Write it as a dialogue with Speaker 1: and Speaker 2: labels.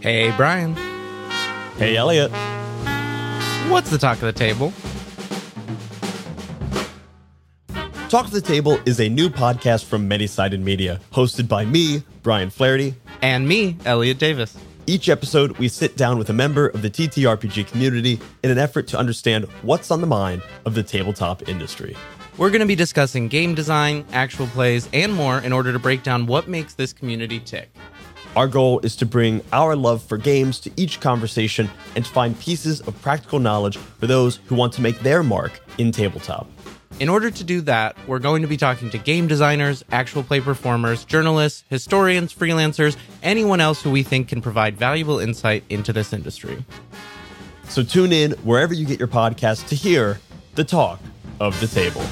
Speaker 1: Hey, Brian.
Speaker 2: Hey, Elliot.
Speaker 1: What's the talk of the table?
Speaker 2: Talk to the Table is a new podcast from Many Sided Media, hosted by me, Brian Flaherty.
Speaker 1: And me, Elliot Davis.
Speaker 2: Each episode, we sit down with a member of the TTRPG community in an effort to understand what's on the mind of the tabletop industry.
Speaker 1: We're going to be discussing game design, actual plays, and more in order to break down what makes this community tick.
Speaker 2: Our goal is to bring our love for games to each conversation and to find pieces of practical knowledge for those who want to make their mark in tabletop.
Speaker 1: In order to do that, we're going to be talking to game designers, actual play performers, journalists, historians, freelancers, anyone else who we think can provide valuable insight into this industry.
Speaker 2: So tune in wherever you get your podcast to hear the talk of the table.